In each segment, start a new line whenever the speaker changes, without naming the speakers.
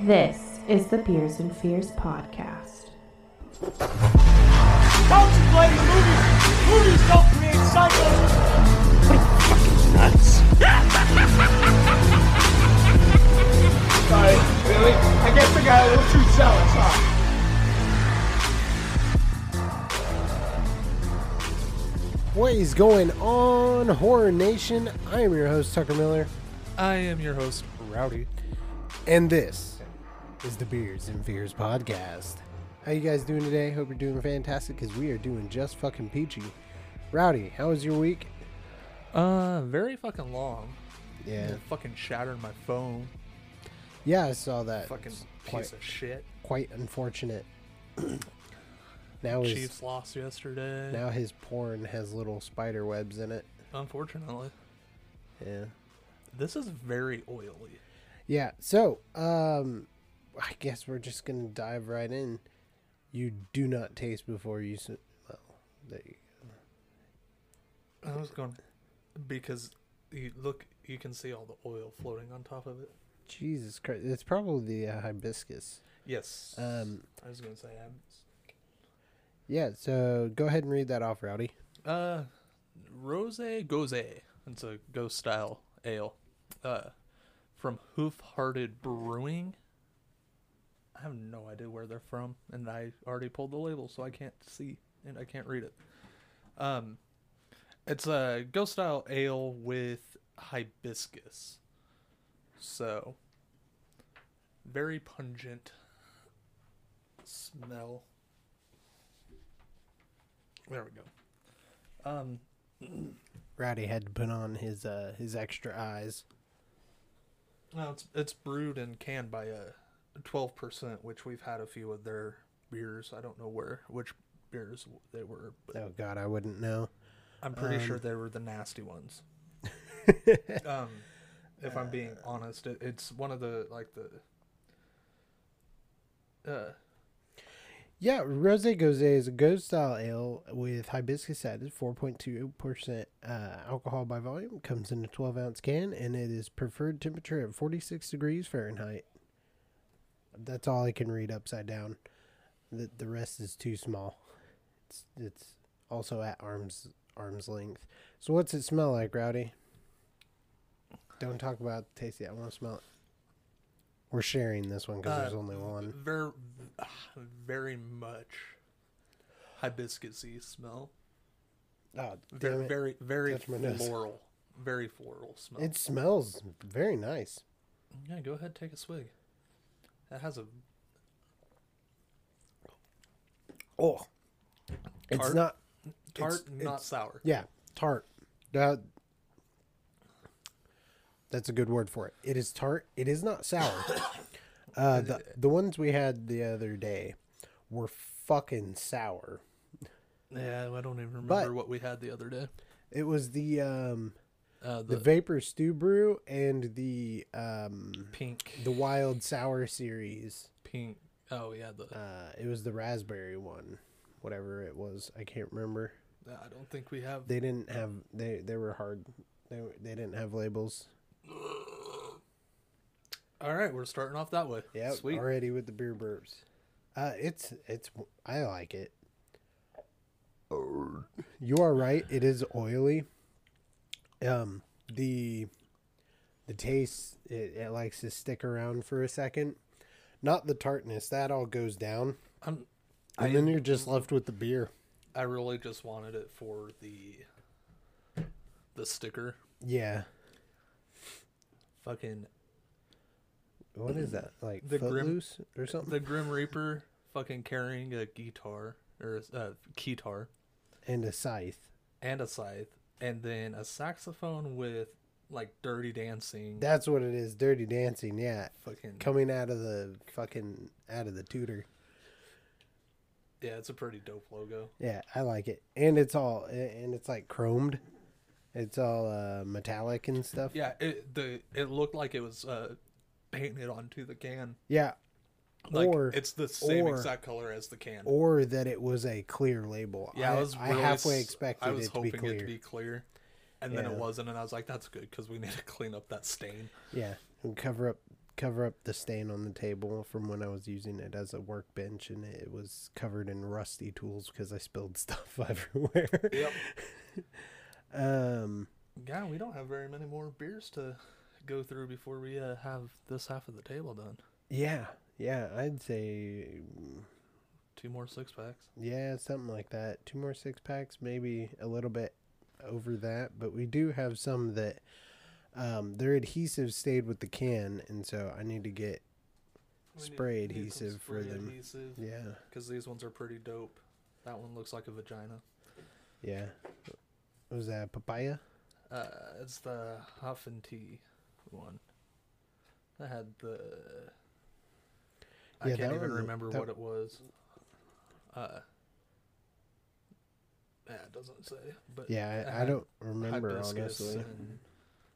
This is the Beers and Fears podcast.
Don't you blame the movies? Movies don't create psychos. Sorry, really? I guess I got a little too zealous, huh?
What is going on, Horror Nation? I am your host, Tucker Miller,
I am your host, Rowdy.
and this is the Beards and Fears podcast. How you guys doing today? Hope you're doing fantastic because we are doing just fucking peachy. Rowdy, how was your week?
Uh, very fucking long.
Yeah,
Fucking shattered my phone.
yeah, I saw that.
Fucking
It's
piece
quite,
of shit.
quite unfortunate. now his
Chiefs lost yesterday.
now his porn has little spider webs in it.
Unfortunately,
Yeah.
this is very oily.
Yeah. So, um, I guess we're just gonna dive right in. You do not taste before you. s well, there you
I was going because you look, you can see all the oil floating on top of it.
Jesus Christ! It's probably the uh, hibiscus.
Yes.
Um,
I was going to say.
Yeah. So go ahead and read that off, Rowdy.
I'm, uh, rose goze. It's a ghost style ale. Uh, from Hoof Hearted Brewing. I have no idea where they're from, and I already pulled the label, so I can't see and I can't read it. Um, it's a ghost style ale with hibiscus, so very pungent smell. There we go. Um,
Rowdy had to put on his uh his extra eyes.
Well, it's it's brewed and canned by a twelve percent, which we've had a few of their beers. I don't know where which beers they were, but
Oh um, God, I wouldn't know.
I'm pretty sure they were the nasty ones. um, if I'm being honest, it, it's one of the like the. Uh,
Yeah, Rose Gose is a ghost style ale with hibiscus added, 4.2% uh, alcohol by volume. Comes in a 12 ounce can, and it is preferred temperature at 46 degrees Fahrenheit. That's all I can read upside down. The, the rest is too small. It's, it's also at arm's arm's length. So, what's it smell like, Rowdy? Don't talk about the taste yet. I want to smell it. We're sharing this one because
Uh,
there's only one.
very, very much hibiscusy smell.
Oh, damn
uh, Very,
it.
very, very
Touch my nose.
floral, very floral smell.
It smells very nice.
Yeah, go ahead, take a swig. That has a
Oh, it's
Tart?
not.
tart,
It's-
not
it's-
sour.
Yeah, tart. That- that's a good word for it. It is tart. It is not sour. uh, the the ones we had the other day were fucking sour.
Yeah, I don't even remember
But-
what we had the other day.
It was the um
Uh, the,
the vapor stew brew and the um
pink,
the wild sour series.
pink. Oh yeah, the.
Uh, it was the raspberry one, whatever it was. I can't remember.
I don't think we have.
they didn't have they they were hard they were- they didn't have labels
All right, we're starting off that way.
yeah
sweet.
already with the beer burps uh it's it's i like it you are right it is oily um the the taste it, it likes to stick around for a second not the tartness that all goes down
I'm,
and then you're just left with the beer
I really just wanted it for the. The sticker,
yeah
fucking
what is that like
The grim-
footloose or something
the Grim Reaper, fucking carrying a guitar or a uh, guitar
and a scythe
and a scythe, and then a saxophone with like dirty dancing.
That's what it is. Dirty Dancing, yeah.
Fucking-
coming out of the fucking out of the tutor.
yeah, it's a pretty dope logo.
Yeah, I like it, and it's all and it's like chromed. It's all uh, metallic and stuff.
Yeah, it the it looked like it was uh, painted onto the can.
Yeah,
Like
Or-
it's the same
or-
exact color as the can.
or that it was a clear label.
yeah, I,
I,
was
I
really
halfway
s-
expected
I was
it to be
hoping
clear.
it to be clear, and then it
Yeah.
wasn't, and I was like, "That's good because we need to clean up that stain."
Yeah, and cover up cover up the stain on the table from when I was using it as a workbench, and it was covered in rusty tools because I spilled stuff everywhere.
Yep.
um,
Yeah, we don't have very many more beers to go through before we uh, have this half of the table done.
yeah, yeah, I'd say mm,
Two more six packs.
yeah, something like that. Two more six packs, maybe a little bit over that, but we do have some that um, their adhesive stayed with the can, and so I need to get
We need-
Spray
we need some
adhesive for
spray
them.
adhesive.
yeah.
Because these ones are pretty dope. That one looks like a vagina.
Yeah. Was that papaya?
Uh, it's the Huff and Tea one. I had the. I
Yeah,
can't
that
even
one-
remember
that-
what it was. Uh, yeah, it doesn't say. But
Yeah,
it
I, I
had
don't remember
Uh-huh. hibiscus
honestly.
and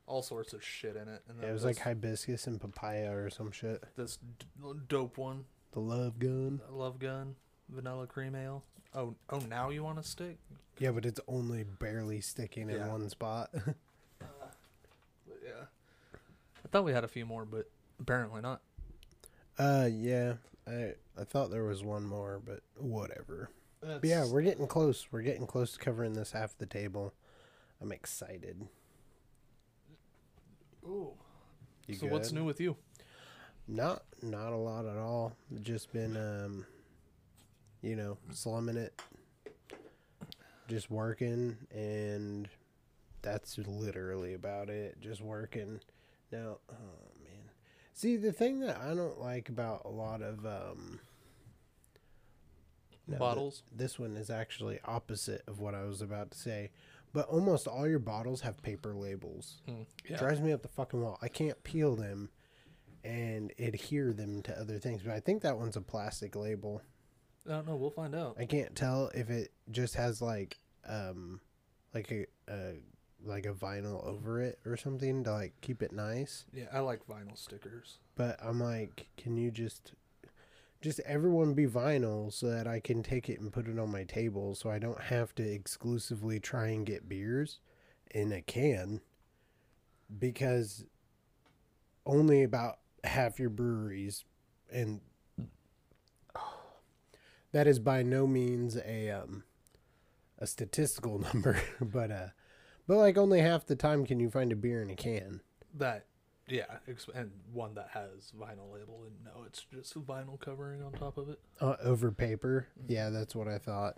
all sorts of shit in it. And
Yeah,
then
it was like
this-
hibiscus and papaya or some shit.
this d- dope one,
The love gun.
Love Gun, vanilla cream ale. Oh, oh, now you want a stick?
Yeah, but it's only barely sticking in
Yeah.
one spot.
But yeah, I thought we had a few more, but apparently not.
uh, yeah. I I thought there was one more, but whatever. But yeah,
That's-
we're getting close. We're getting close to covering this half of the table. I'm excited.
Ooh.
You
so what's
good?
new with you?
Not not a lot at all. Just been um you know, slumming it. Just working and that's literally about it. Just working. Now, oh man. See, the thing that I don't like about a lot of um no, th-
Bottles?
this one is actually opposite of what I was about to say. But almost all your bottles have paper labels
yeah.
drives me up the fucking wall. I can't peel them and adhere them to other things. But I think that one's a plastic label.
I don't know. We'll find out.
I can't tell if it just has like um like a, a like a vinyl over it or something to like keep it nice.
yeah, I like vinyl stickers.
But I'm like, can you just just everyone be vinyl so that I can take it and put it on my table so I don't have to exclusively try and get beers in a can because only about half your breweries and that is by no means a um a statistical number but uh but like only half the time can you find a beer in a can
That, yeah, ex- and one that has vinyl label, and no, it's just a vinyl covering on top of it.
uh, over paper
Mm-hmm.
yeah that's what I thought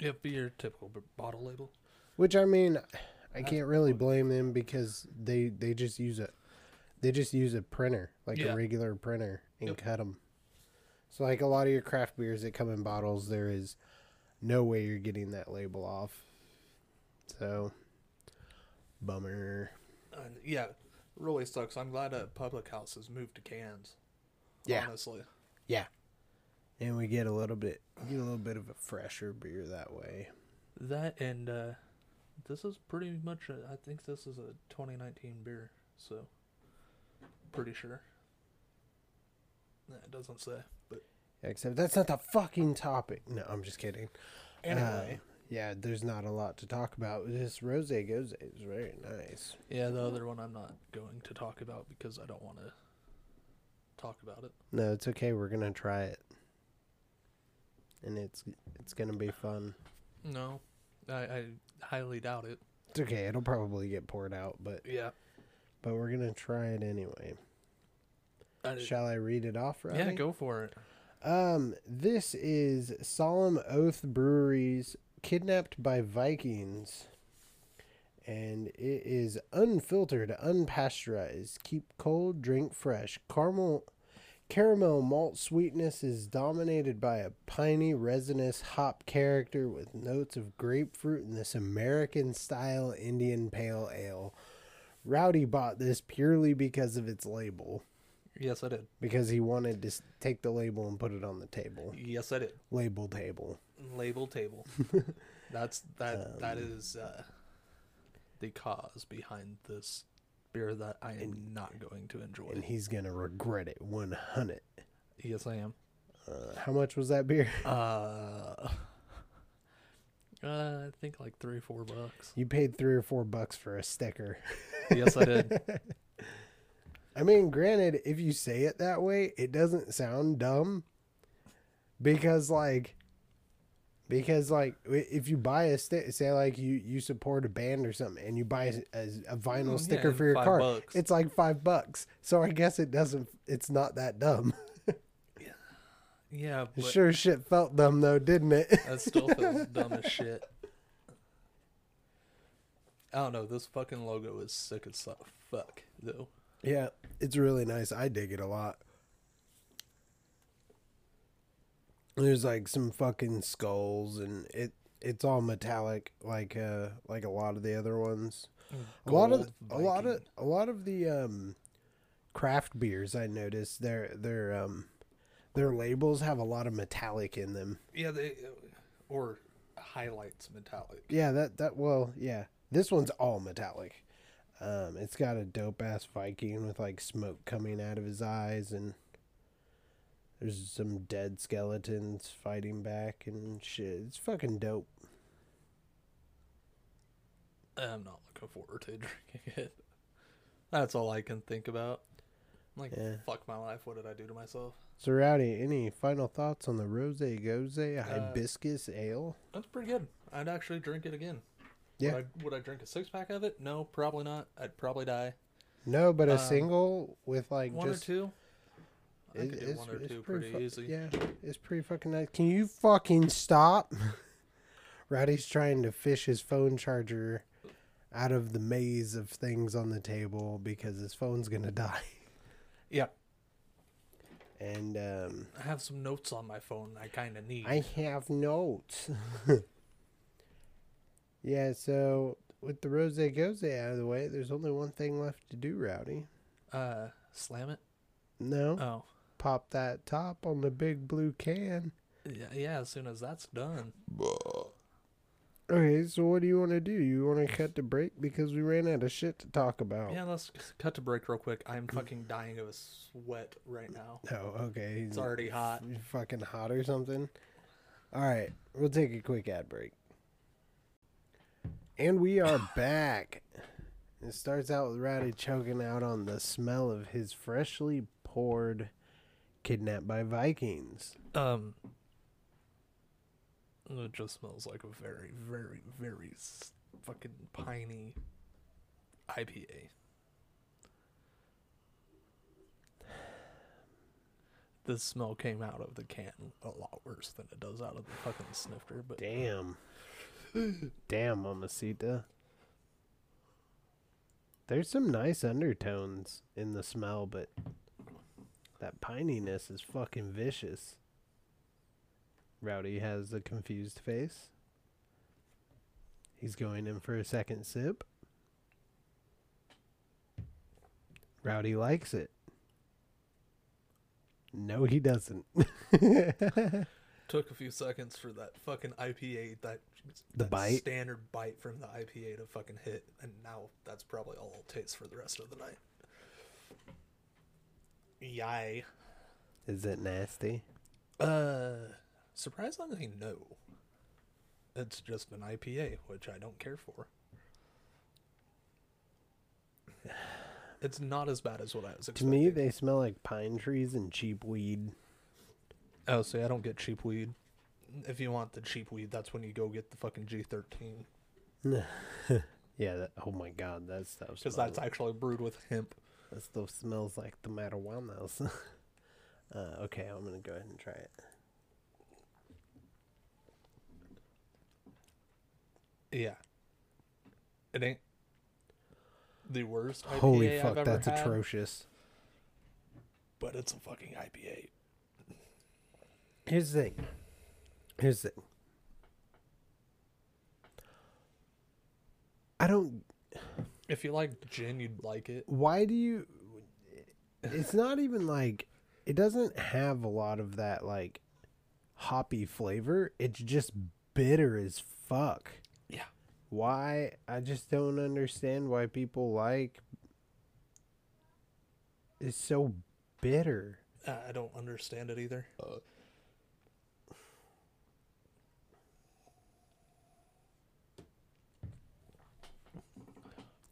Yep, be your typical b- bottle label.
Which I mean, I can't really blame them because they they just use a they just use a printer like
Yeah.
a regular printer and
Yep.
cut 'em. cut them. So like a lot of your craft beers that come in bottles, there is no way you're getting that label off. So bummer.
And yeah, really sucks. I'm glad uh, public houses moved to cans.
Yeah.
honestly,
Yeah, and we get a little bit get a little bit of a fresher beer that way.
that and uh, this is pretty much. A, I think this is a 2019 beer, so pretty sure. Nah, It doesn't say, but
Except that's not the fucking topic. No, I'm just kidding.
anyway.
Uh, yeah, there's not a lot to talk about. This rose goes is very nice.
Yeah, the other one I'm not going to talk about because I don't want to talk about it.
No, it's okay. We're gonna try it, and it's it's gonna be fun.
No, I, I highly doubt it.
It's okay. It'll probably get poured out, but
Yeah.
but we're gonna try it anyway.
I,
Shall I read it off, Robbie?
yeah, go for it.
Um, this is Solemn Oath Brewery's Kidnapped by Vikings. And it is unfiltered, unpasteurized. Keep cold, drink fresh. Caramel caramel malt sweetness is dominated by a piney, resinous hop character with notes of grapefruit in this American style Indian pale ale. Rowdy bought this purely because of its label
Yes, I did.
because he wanted to s- take the label and put it on the table.
Yes, I did.
Label table.
Label table. That's that.
Um,
that is uh, the cause behind this beer that I am not going to enjoy.
And he's going to regret it 100.
yes, I am.
Uh, how much was that beer?
Uh, uh, I think like three, four bucks.
You paid three or four bucks for a sticker.
yes, I did.
I mean, granted, if you say it that way, it doesn't sound dumb because like because like i- if you buy a stick say like you you support a band or something and you buy a, a- a vinyl
Oh, yeah,
sticker for your
five
car
bucks.
it's like five bucks so i guess it doesn't it's not that dumb
Yeah, but
sure shit felt dumb though didn't it
that still feels dumb as shit. I don't know. This fucking logo is sick as su- fuck, though.
yeah it's really nice i dig it a lot there's like some fucking skulls and it it's all metallic like uh like a lot of the other ones a lot of
Gold
a lot of
Viking.
a lot of the um craft beers i noticed their their um their labels have a lot of metallic in them
yeah, they uh, or highlights metallic.
yeah that that well yeah this one's all metallic um it's got a dope ass viking with like smoke coming out of his eyes and there's some dead skeletons fighting back and shit it's fucking dope
I'm not looking forward to drinking it. That's all I can think about. I'm like,
Yeah.
fuck my life. What did I do to myself?
so rowdy any final thoughts on the rose goze
Uh,
hibiscus ale
That's pretty good. I'd actually drink it again.
Yeah.
Would I, would I drink a six pack of it? No, probably not. I'd probably die.
No, but a
Um,
single with like
One
just
or two. I
it-
could do one or two pretty,
fu-
easy.
Yeah, it's pretty fucking nice. Can you fucking stop? Rowdy's trying to fish his phone charger out of the maze of things on the table because his phone's gonna die.
Yeah.
And um,
I have some notes on my phone. I kind of need.
I have notes. yeah, so with the rose goze out of the way, there's only one thing left to do, Rowdy.
Uh, slam it.
No,
Oh,
pop that top on the big blue can.
yeah. yeah as soon as that's done,
Okay, so what do you want to do? You want to cut the break because we ran out of shit to talk about.
yeah. Let's cut to break real quick. I'm fucking dying of a sweat right now.
Oh, okay.
It's already hot.
You fucking hot or something? All right, we'll take a quick ad break. And we are back. It starts out with Rowdy choking out on the smell of his freshly poured Kidnapped by Vikings.
Um, it just smells like a very, very, very s- fucking piney IPA. The smell came out of the can a lot worse than it does out of the fucking snifter, but
Damn. Damn, Mamacita. There's some nice undertones in the smell, but that pininess is fucking vicious. Rowdy has a confused face. He's going in for a second sip. Rowdy likes it. No, he doesn't.
took a few seconds for that fucking IPA that
The
that
bite?
standard bite from the IPA to fucking hit, and now that's probably all it takes for the rest of the night. Yay.
is it nasty?
Uh, surprisingly, no. It's just an IPA, which I don't care for. It's not as bad as what I was
To
expecting.
me, they smell like pine trees and cheap weed.
oh, see, I don't get cheap weed. If you want the cheap weed, that's when you go get the fucking G13,
Yeah. That, oh my god, that stuff.
because
smells-
that's actually brewed with hemp.
that stuff smells like the marijuana's. uh, okay, I'm gonna go ahead and try it.
Yeah, it ain't the worst IPA
Holy
I've
fuck,
ever
that's
had,
atrocious.
But it's a fucking IPA.
Here's the thing. Here's the thing. I don't.
If you like gin, you'd like it.
Why do you? It's not even like. It doesn't have a lot of that like hoppy flavor. It's just bitter as fuck.
Yeah.
why I just don't understand why people like it's so bitter.
Uh, I don't understand it either.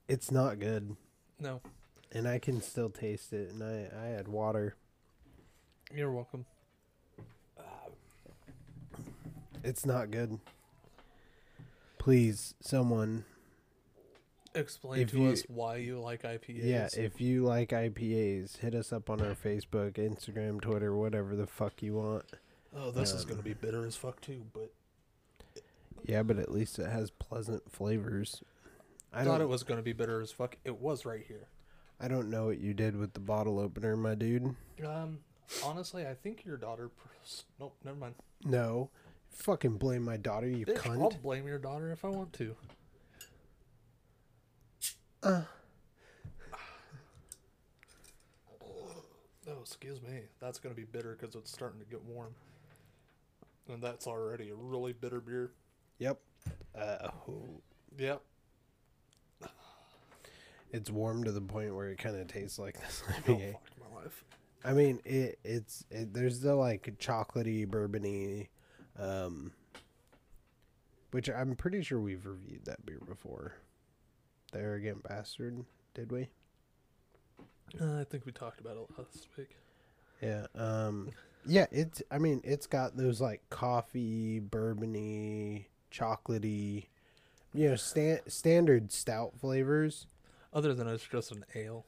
It's not good.
No,
and I can still taste it. And I, I had water.
You're welcome.
It's not good. Please, someone.
Explain
If
to
you-
us why you like IPAs.
Yeah, if you like IPAs, hit us up on our Facebook, Instagram, Twitter, whatever the fuck you want.
oh, this is gonna be bitter as fuck too. But
Yeah, but at least it has pleasant flavors. I
I thought
don't,
it was gonna be bitter as fuck. It was right here.
I don't know what you did with the bottle opener, my dude.
Um, honestly, I think your daughter. pros- Nope, never mind.
No, fucking blame my daughter, you
Bitch, oh. I'll
cunt.
blame your daughter if I want to. Oh, excuse me. That's gonna be bitter because it's starting to get warm, and that's already a really bitter beer.
Yep. Uh, oh.
Yep.
it's warm to the point where it kind of tastes like this
Oh,
IPA.
fuck my life.
I mean, it it's it, there's the like chocolatey, bourbony, um, which I'm pretty sure we've reviewed that beer before. The Arrogant Bastard, did we?
Uh, I think we talked about it last week.
Yeah. Um, yeah. It's I mean, it's got those like coffee, bourbony, chocolatey, you know, stand, standard stout flavors.
Other than it's just an ale,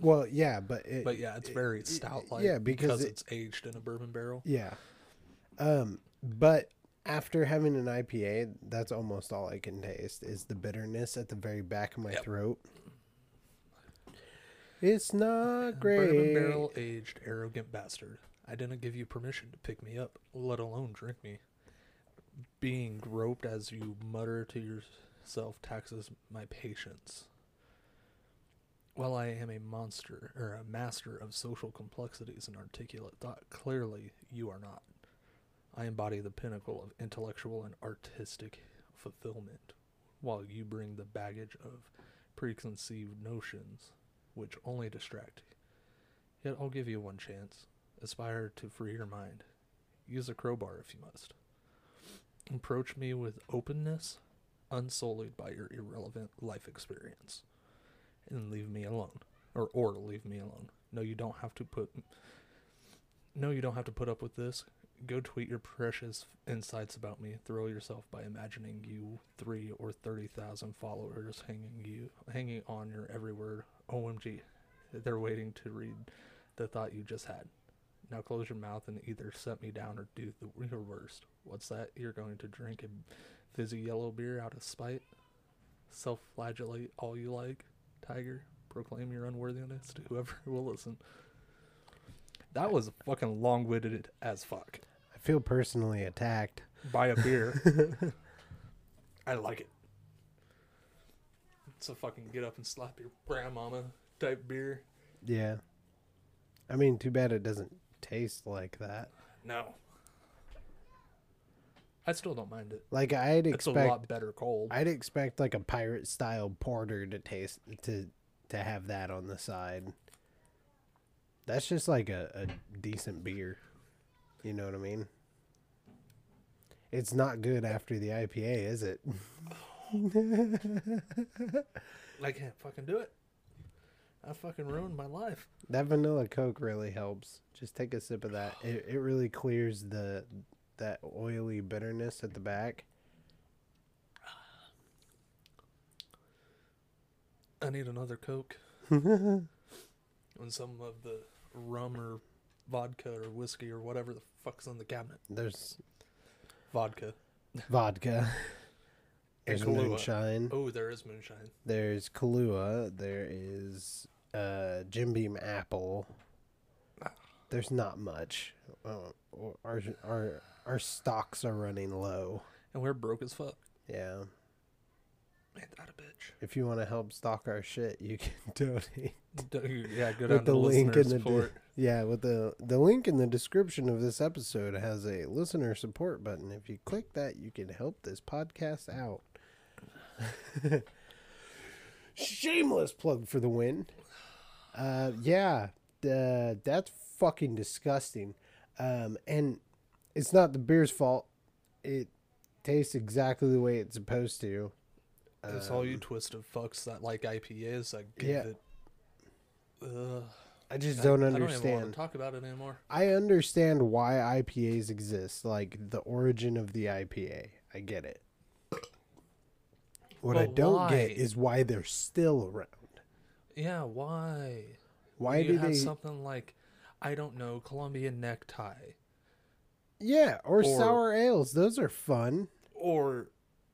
Well, yeah, but it,
but yeah, it's very stout like.
yeah, because it-
it's aged in a bourbon barrel.
Yeah. Um, but after having an IPA, that's almost all I can taste is the bitterness at the very back of my
Yep.
throat. It's not
Bourbon
great.
barrel aged arrogant bastard. I didn't give you permission to pick me up, let alone drink me. Being groped as you mutter to yourself taxes my patience. While I am a monster or a master of social complexities and articulate thought, clearly you are not. I embody the pinnacle of intellectual and artistic fulfillment, while you bring the baggage of preconceived notions which only distract. Yet I'll give you one chance. Aspire to free your mind. Use a crowbar if you must. Approach me with openness, unsullied by your irrelevant life experience. And leave me alone. Or or leave me alone. No, you don't have to put No, you don't have to put up with this. Go tweet your precious insights about me. Throw yourself by imagining you three or thirty thousand followers hanging you hanging on your every word. OMG. They're waiting to read the thought you just had. Now close your mouth and either set me down or do the your worst. What's that? You're going to drink a fizzy yellow beer out of spite? Self flagellate all you like, Tiger. Proclaim your unworthiness to whoever will listen. That was fucking long witted as fuck.
I feel personally attacked.
Buy a beer. I like it. It's a fucking get up and slap your grandmama type beer.
Yeah. I mean, too bad it doesn't taste like that.
No. I still don't mind it.
Like I'd
It's a
expect
lot better cold.
I'd expect like a pirate style porter to taste to to have that on the side. That's just like a, a decent beer. You know what I mean? It's not good after the IPA, is it?
I can't fucking do it. I fucking ruined my life.
that vanilla coke really helps. Just take a sip of that. It it really clears the that oily bitterness at the back.
I need another Coke. and some of the rum or vodka or whiskey or whatever the fuck's in the cabinet.
There's
Vodka.
vodka. There's
Kahlua.
moonshine.
Oh, there is moonshine.
There's Kahlua. There is uh, Jim Beam Apple. There's not much. Uh, our our our stocks are running low.
And we're broke as fuck.
Yeah.
Ain't that a
If you want to help stock our shit, you can donate
bitch? D- yeah, go down
with
to
the link in the
listeners for
de-
it.
yeah with the the link in the description of this episode has a listener support button. If you click that, you can help this podcast out. Shameless plug for the win. Uh, yeah, the, that's fucking disgusting. Um, and it's not the beer's fault. It tastes exactly the way it's supposed to. uh,
It's all you twisted fucks that like IPAs that give
yeah.
it Ugh,
I just
I-
don't
I don't even want
understand.
to talk about it anymore.
I understand why IPAs exist, like the origin of the IPA. I get it. What I
But
don't
why?
get is why they're still around.
Yeah, why?
Why
you
do
have
they?
something like, I don't know, Colombian necktie,
yeah, or,
or-
sour ales. Those are fun.
or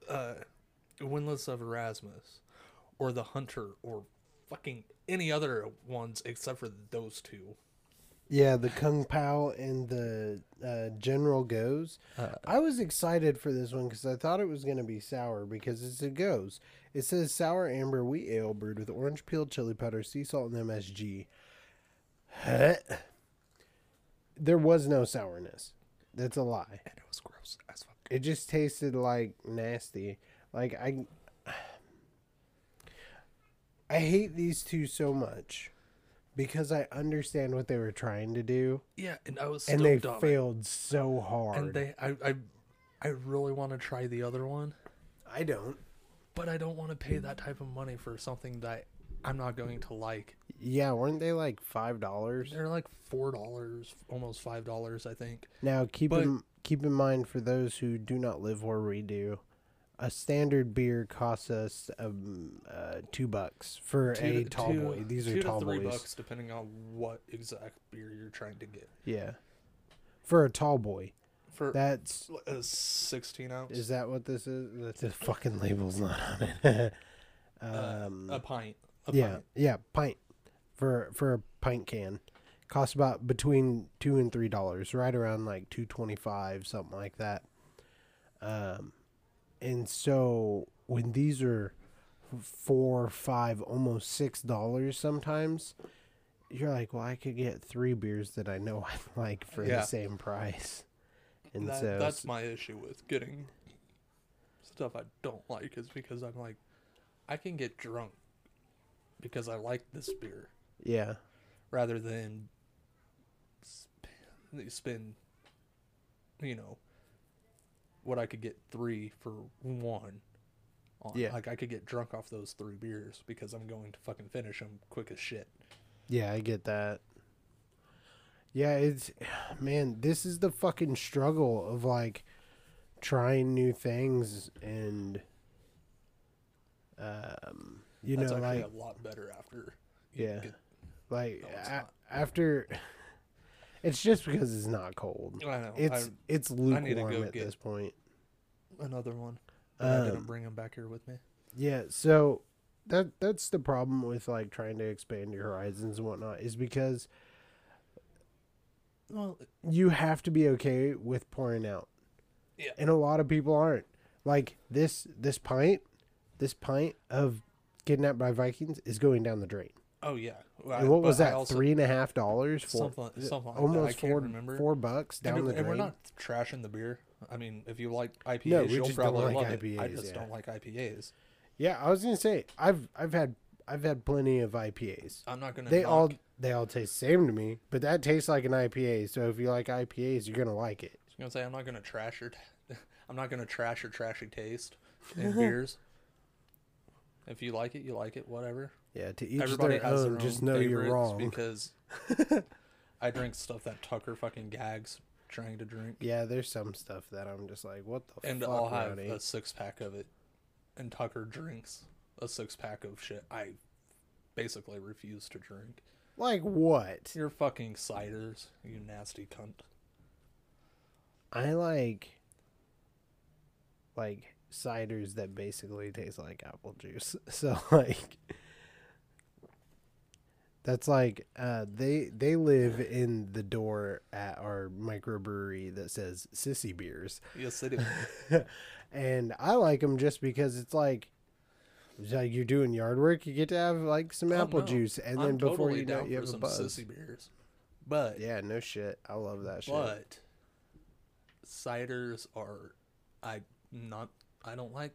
uh, Windlass of Erasmus, or The Hunter, or fucking any other ones except for those two.
Yeah, the Kung Pao and the uh, General Goes.
Uh,
I was excited for this one because I thought it was going to be sour because it's a goes. It says sour amber wheat ale brewed with orange peel, chili powder, sea salt, and MSG. Huh? There was no sourness. That's a lie.
and it was gross as fuck.
It just tasted like nasty. Like I, I hate these two so much because I understand what they were trying to do,
Yeah, and I was still
and they
dumb.
failed so hard.
And they, I, I, I really want to try the other one,
I don't.
but I don't want to pay that type of money for something that I'm not going to like.
Yeah, weren't they like five dollars?
They're like four dollars, almost five dollars, I think.
Now keep
But-
in keep in mind for those who do not live where we do, a standard beer costs us um, uh, two bucks for
Two
a
to-
tall
two-
boy. These
two
are tall
to three
boys.
bucks, depending on what exact beer you're trying to get.
Yeah, for a tall boy.
For
That's
a 16 ounce,
is that what this is? That's the fucking label's not on it. um,
a pint. A
yeah,
pint.
yeah, pint for for a pint can costs about between two and three dollars, right around like two twenty five, something like that. Um, and so when these are four, five, almost six dollars, sometimes you're like, well, I could get three beers that I know I like for the
Yeah.
same price. And
That,
so
that's my issue with getting stuff I don't like is because I'm like, I can get drunk because I like this beer
yeah,
rather than spend, spend you know, what I could get three for one. On.
Yeah.
Like I could get drunk off those three beers because I'm going to fucking finish them quick as shit.
Yeah, I get that. Yeah, it's man, this is the fucking struggle of like trying new things and um you
That's
know
actually
like
a lot better after. you
yeah.
get-
Like
No, it's
a-
not.
after it's just because it's not cold.
I know.
It's it's lukewarm
need to go
at
get-
this point.
I, another one. But I
Um,
didn't bring them back here with me.
Yeah, so that that's the problem with like trying to expand your horizons and whatnot is because
Well,
you have to be okay with pouring out.
Yeah.
And a lot of people aren't. Like this this pint, this pint of kidnapped by Vikings is going down the drain.
oh yeah. Well,
And
I-
what was
but I
that?
also-
three and a half dollars for
Something- something like that. I
almost
can't
four
remember.
four bucks down
and,
the
we- and
drain.
we're not trashing the beer. I mean, if you like IPAs,
we
you'll
just don't
probably
like
love it. I
IPAs,
just
yeah.
don't like IPAs.
Yeah, I was gonna say I've I've had I've had plenty of IPAs.
I'm not gonna.
They
knock-
all they all taste the same to me, but that tastes like an IPA. So if you like IPAs, you're gonna like it.
You know, say I'm not gonna trash your. T- I'm not gonna trash your trashy taste in beers. If you like it, you like it. Whatever.
Yeah, to each
Everybody
their
has
own.
their
just
own
know you're
favorites
wrong.
because I drink stuff that Tucker fucking gags trying to drink.
Yeah, there's some stuff that I'm just like, what the
and
fuck,
I'll have
Rowdy?
a six pack of it. And Tucker drinks a six pack of shit. I basically refuse to drink.
Like what?
You're fucking ciders, you nasty cunt.
I like like ciders that basically taste like apple juice. So like that's like uh they they live in the door at our microbrewery that says sissy beers.
Yes, they do.
and I like them just because it's like it's like you're doing yard work, you get to have like some
Oh,
apple
no.
juice, and
I'm
then before
totally
you know
down
it, you
for
have a
some
buzz.
sissy beers, but
Yeah, no shit. I love that shit.
but ciders are I not I don't like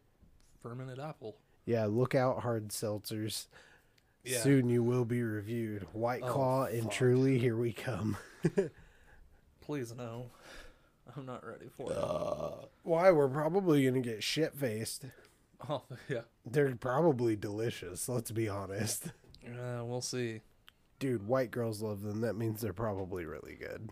fermented apple.
Yeah, look out, hard seltzers.
Yeah.
Soon you will be reviewed. White
Oh,
Claw and
fuck.
Truly, here we come.
Please no, I'm not ready for it.
Why? We're probably going to get shit faced.
Oh yeah,
They're probably delicious, let's be honest.
uh, we'll see.
dude, white girls love them. That means they're probably really good.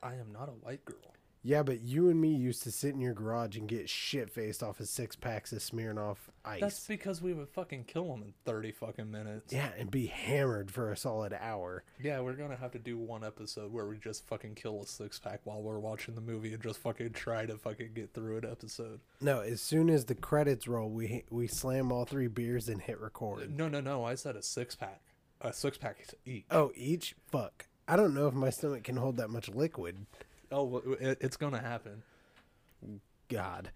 I am not a white girl.
Yeah, but you and me used to sit in your garage and get shit faced off of six packs of Smirnoff ice.
That's because we would fucking kill them in 30 fucking minutes.
yeah, and be hammered for a solid hour.
Yeah, we're gonna have to do one episode where we just fucking kill a six pack while we're watching the movie and just fucking try to fucking get through an episode.
No, as soon as the credits roll, we we slam all three beers and hit record.
No, no, no. I said a six pack. A six pack to eat.
Oh, each fuck. I don't know if my stomach can hold that much liquid.
Oh, well, it, it's gonna happen.
God,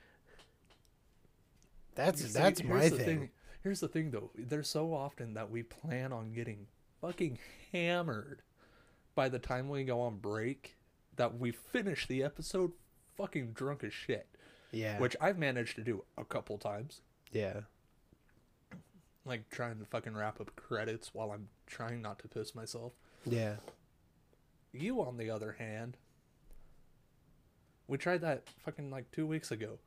that's
See,
that's my
here's
thing.
the Here's the thing, though. There's so often that we plan on getting fucking hammered by the time we go on break that we finish the episode fucking drunk as shit,
Yeah,
which I've managed to do a couple times.
yeah,
Like trying to fucking wrap up credits while I'm trying not to piss myself.
yeah.
You, on the other hand, we tried that fucking like two weeks ago.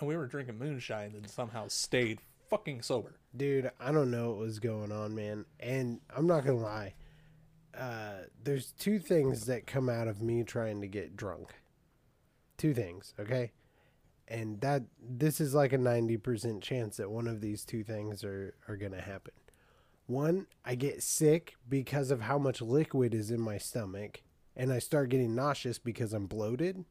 And we were drinking moonshine and somehow stayed fucking sober.
Dude, I don't know what was going on, man. And I'm not gonna lie. Uh, there's two things that come out of me trying to get drunk. Two things, okay? And that this is like a ninety percent chance that one of these two things are, are gonna happen. One, I get sick because of how much liquid is in my stomach, and I start getting nauseous because I'm bloated.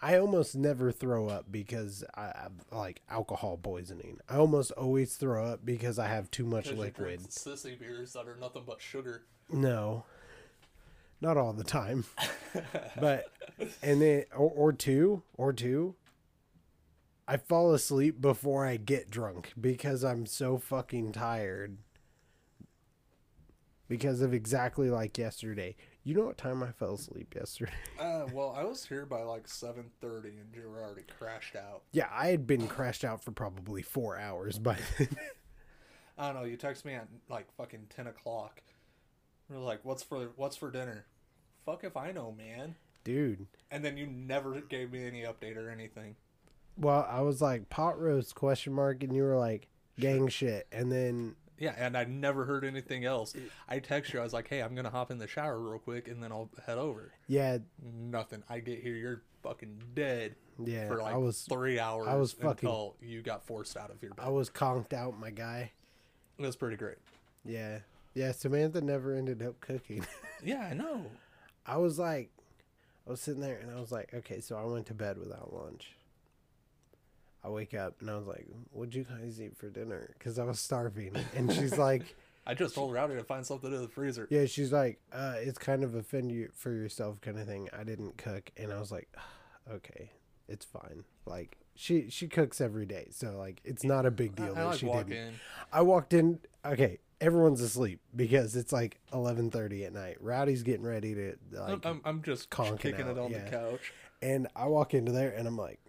I almost never throw up because I, I like alcohol poisoning. I almost always throw up because I have too much liquid.
Sissy beers that are nothing but sugar.
No, not all the time, but and then or, or two or two. I fall asleep before I get drunk because I'm so fucking tired. Because of exactly like yesterday. You know what time I fell asleep yesterday?
Uh, well, I was here by like seven thirty, and you were already crashed out.
Yeah, I had been crashed out for probably four hours by then.
I don't know. You text me at like fucking ten o'clock. You're like, "What's for What's for dinner?" Fuck if I know, man.
Dude.
And then you never gave me any update or anything.
Well, I was like pot roast question mark and you were like gang shit and then
Yeah, and I never heard anything else. I text you. I was like, "Hey, I'm gonna hop in the shower real quick, and then I'll head over."
yeah,
Nothing. I get here, you're fucking dead
yeah.
for like
I was
three hours.
I was fucking-
until you got forced out of your bed.
I was conked out, my guy.
It was pretty great.
Yeah. Yeah, Samantha never ended up cooking.
Yeah, I know.
I was like, I was sitting there and I was like, okay, so I went to bed without lunch. I wake up and I was like, what'd you guys eat for dinner? Because I was starving. And she's like,
I just told Rowdy to find something in the freezer.
yeah, she's like, uh, it's kind of a fend you for yourself kind of thing. I didn't cook. And I was like, okay, it's fine. Like, she, she cooks every day. So, like, it's not a big deal
I, I
that
like
she
walk
didn't.
in.
I walked in. Okay, everyone's asleep because it's like eleven thirty at night. Rowdy's getting ready to
I'm,
like,
I'm, I'm just
conking
kicking
out,
it on
yeah.
the couch.
and I walk into there and I'm like,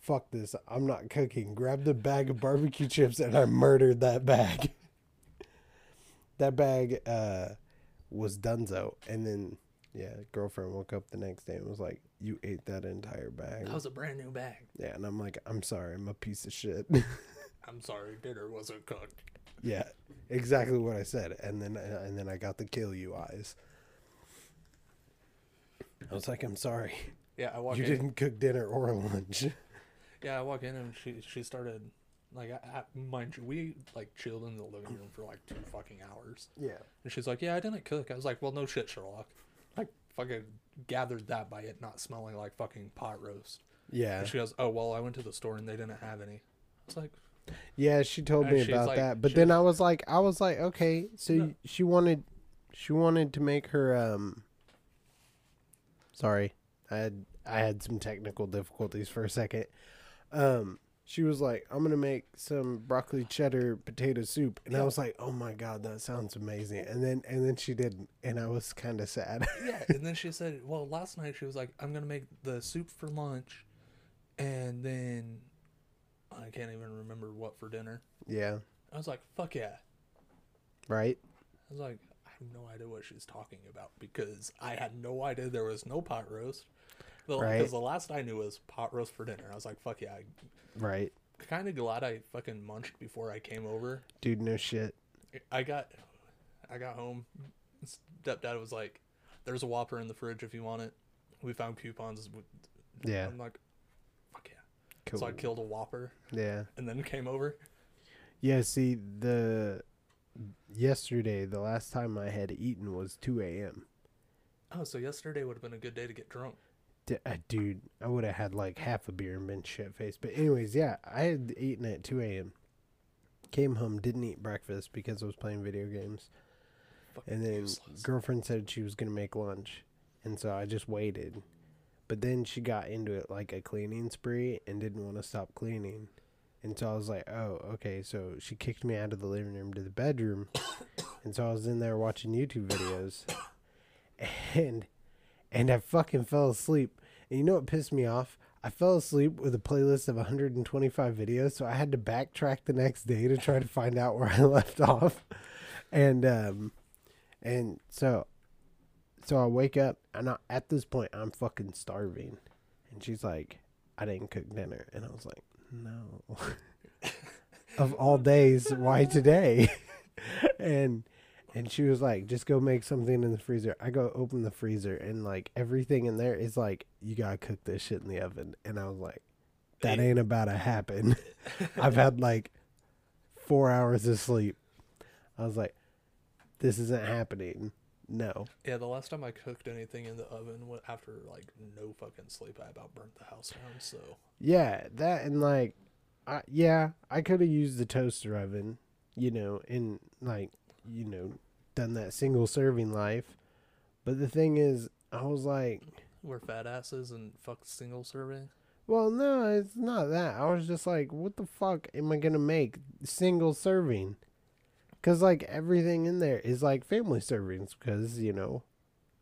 "Fuck this! I'm not cooking." Grabbed a bag of barbecue chips and I murdered that bag. that bag uh, was Dunzo, and then yeah, girlfriend woke up the next day and was like, "You ate that entire bag."
That was a brand new bag.
yeah, and I'm like, "I'm sorry, I'm a piece of shit."
I'm sorry, dinner wasn't cooked.
Yeah, exactly what I said, and then uh, and then I got the kill you eyes. I was like, I'm sorry,
Yeah, I walk
you
in.
didn't cook dinner or lunch.
Yeah, I walk in and she she started like I, I, mind you, we like chilled in the living room for like two fucking hours.
Yeah,
And she's like, "Yeah, I didn't cook." I was like, "Well, no shit, Sherlock." I fucking gathered that by it not smelling like fucking pot roast.
yeah,
And she goes, "Oh well, I went to the store and they didn't have any." I was like,
yeah. She told me
And she's
about
like-
that, but
she-
then I was like, I was like, okay, so
No.
y she wanted, she wanted to make her um. Sorry, I had I had some technical difficulties for a second. Um, she was like, "I'm gonna make some broccoli cheddar potato soup," and I was like, "Oh my god, that sounds amazing!" And then and then she didn't, and I was kind of sad.
Yeah, and then she said, "Well, last night she was like, I'm gonna make the soup for lunch, and then I can't even remember what for dinner."
yeah,
I was like, "Fuck yeah!"
right.
I was like, "I have no idea what she's talking about because I had no idea there was no pot roast." Because
Right.
the last I knew was pot roast for dinner. I was like, "Fuck yeah!"
Right,
Kind of glad I fucking munched before I came over.
dude. No shit.
I got, I got home. Stepdad was like, "There's a Whopper in the fridge if you want it." We found coupons.
Yeah.
I'm like, "Fuck yeah!"
Cool.
So I killed a Whopper
Yeah.
and then came over.
Yeah, see the yesterday, the last time I had eaten was two AM.
Oh, so yesterday would have been a good day to get drunk.
D- uh, Dude, I would have had like half a beer and been shit faced. But anyways, yeah, I had eaten at two AM. Came home, didn't eat breakfast because I was playing video games.
Fucking
And then
useless.
girlfriend said she was gonna make lunch, and so I just waited. But then she got into it like a cleaning spree and didn't want to stop cleaning. And so I was like, oh, okay. So she kicked me out of the living room to the bedroom. and so I was in there watching YouTube videos. And and I fucking fell asleep. And you know what pissed me off? I fell asleep with a playlist of 125 videos, so I had to backtrack the next day to try to find out where I left off. And um and so so I wake up and I, at this point I'm fucking starving. And she's like, I didn't cook dinner. And I was like, no. of all days, why today? and and she was like, just go make something in the freezer. I go open the freezer and like everything in there is like, you gotta cook this shit in the oven. And I was like, that ain't about to happen. I've had like four hours of sleep. I was like, this isn't happening. No.
Yeah, the last time I cooked anything in the oven wa- after like no fucking sleep, I about burnt the house down. So
Yeah, that and like, I, yeah, I could have used the toaster oven, you know, and like, you know, done that single serving life. But the thing is, I was like,
we're fat asses and fuck single serving.
well, no, it's not that. I was just like, what the fuck am I gonna make single serving? Cause like everything in there is like family servings, because you know,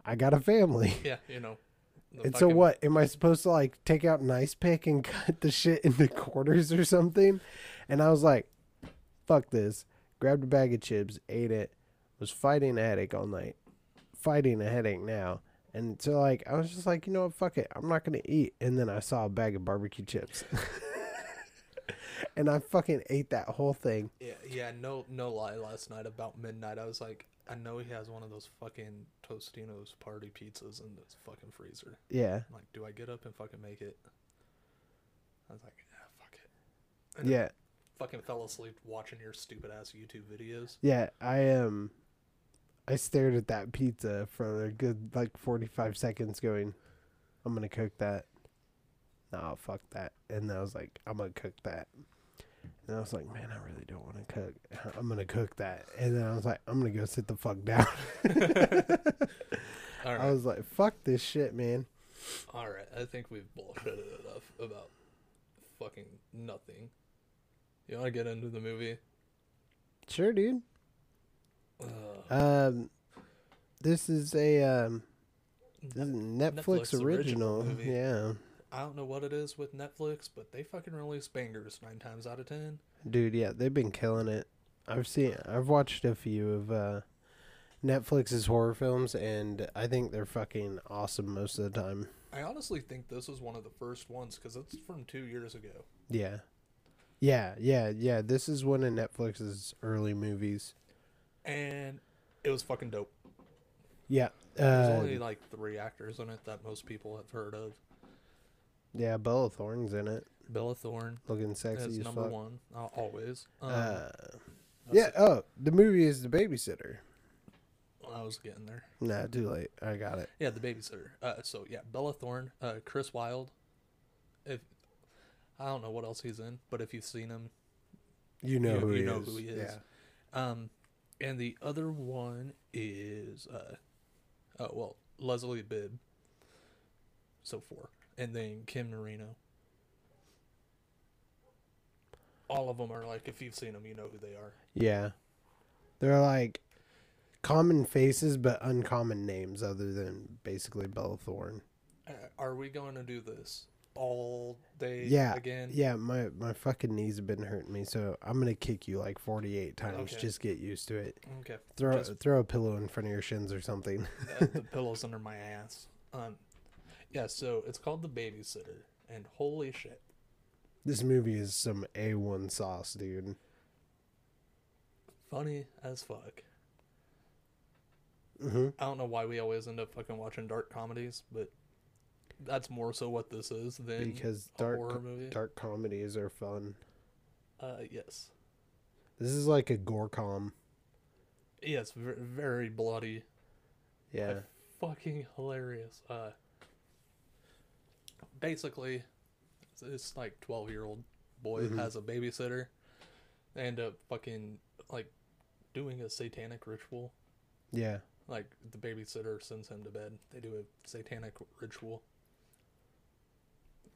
I got a family.
Yeah, you know. the
And so
fucking-
what? Am I supposed to like take out an ice pick and cut the shit into quarters or something? And I was like, fuck this. Grabbed a bag of chips, ate it, was fighting a headache all night. Fighting a headache now. And so like I was just like, you know what, fuck it. I'm not gonna eat. And then I saw a bag of barbecue chips. and I fucking ate that whole thing.
Yeah, yeah, no, no lie. Last night about midnight, I was like, I know he has one of those fucking Tostino's party pizzas in this fucking freezer.
Yeah.
I'm like, do I get up and fucking make it? I was like, yeah, fuck it. And I
Yeah.
fucking fell asleep watching your stupid ass YouTube videos.
Yeah, I um I stared at that pizza for a good like 45 seconds going, I'm going to cook that. Nah, fuck that. And I was like, I'm going to cook that. And I was like, man, I really don't want to cook. I'm going to cook that. And then I was like, I'm going to go sit the fuck down.
All right,
I was like, fuck this shit, man.
all right. I think we've bullshitted enough about fucking nothing. You want to get into the movie?
Sure, dude.
Uh,
Um this is a um this is a Netflix,
Netflix original
original.
movie.
Yeah.
I don't know what it is with Netflix, but they fucking release bangers nine times out of ten.
Dude, yeah, they've been killing it. I've seen I've watched a few of uh Netflix's horror films and I think they're fucking awesome most of the time.
I honestly think this is one of the first ones because it's from two years ago.
Yeah. Yeah, yeah, yeah. This is one of Netflix's early movies.
And it was fucking dope.
Yeah.
There's
Uh,
only like three actors in it that most people have heard of.
yeah, Bella Thorne's in it.
Bella Thorne
Looking
is
sexy as
number
fuck.
one, uh, always. Um,
Uh, yeah, oh, the movie is The Babysitter.
I was getting there.
Nah, too late. I got it.
Yeah, the babysitter. Uh, so yeah, Bella Thorne, uh, Chris Wilde. If I don't know what else he's in, but if you've seen him,
You know,
You-
who,
you
he
know
is.
who he is.
Yeah.
Um, and the other one is, uh, oh well, Leslie Bibb. So four, and then Kim Marino. All of them are like, if you've seen them, you know who they are.
Yeah. They're like common faces but uncommon names other than basically Bella Thorne.
Uh, are we going to do this all day?
Yeah.
Again.
Yeah, my my fucking knees have been hurting me, so I'm gonna kick you like forty eight times.
Okay.
Just get used to it.
Okay.
Throw
Just-
throw a pillow in front of your shins or something.
uh, the pillows under my ass. Um, yeah. So it's called the Babysitter, and holy shit,
this movie is some A one sauce, dude.
funny as fuck.
hmm
I don't know why we always end up fucking watching dark comedies, but that's more so what this is than
Because
a
dark
horror movie.
dark comedies are fun.
Uh, yes,
This is like a gore com.
yes, ver- very bloody, Uh,
Yeah.
fucking hilarious. Uh, basically, it's, it's like twelve year old boy
Mhm.
has a babysitter. They end up fucking like doing a satanic ritual.
Yeah.
Like the babysitter sends him to bed. They do a satanic ritual,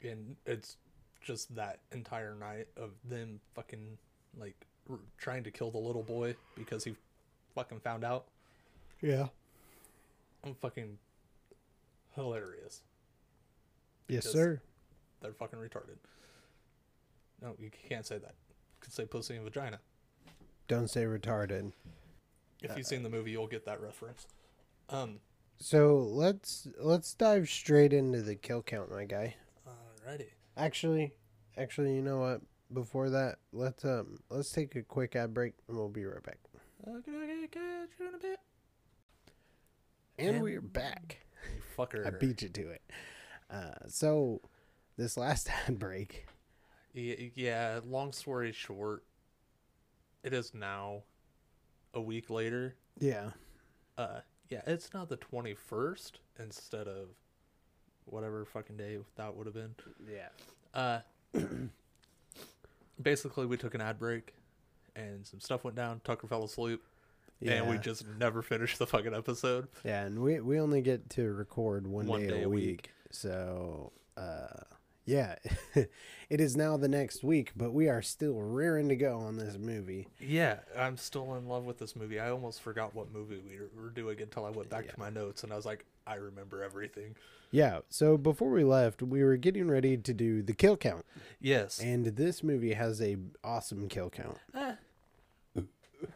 and it's just that entire night of them fucking like r- trying to kill the little boy because he fucking found out.
Yeah.
I'm fucking hilarious.
Yes,
Because-
sir.
They're fucking retarded. No, you can't say that. You can say pussy and vagina.
Don't say retarded.
If you've seen the movie, you'll get that reference. Um,
So let's let's dive straight into the kill count, my guy.
alrighty.
Actually, actually, you know what? Before that, let's um let's take a quick ad break and we'll be right back.
Okay, catch you in a bit.
And
And-
we're back.
You fucker.
I beat you to it. Uh, so this last ad break,
Y- Yeah, long story short, it is now a week later.
yeah,
Uh, yeah, it's now the 21st instead of whatever fucking day that would have been.
yeah,
Uh, basically, we took an ad break, and some stuff went down. Tucker fell asleep,
yeah,
and we just never finished the fucking episode.
yeah, and we we only get to record one,
One
day,
day
a
a
week.
week.
So, uh, yeah, it is now the next week, but we are still rearing to go on this movie.
Yeah, I'm still in love with this movie. I almost forgot what movie we were doing until I went back to my notes, and I was like, I remember everything.
Yeah, so before we left, we were getting ready to do the kill count,
Yes,
and this movie has a awesome kill count.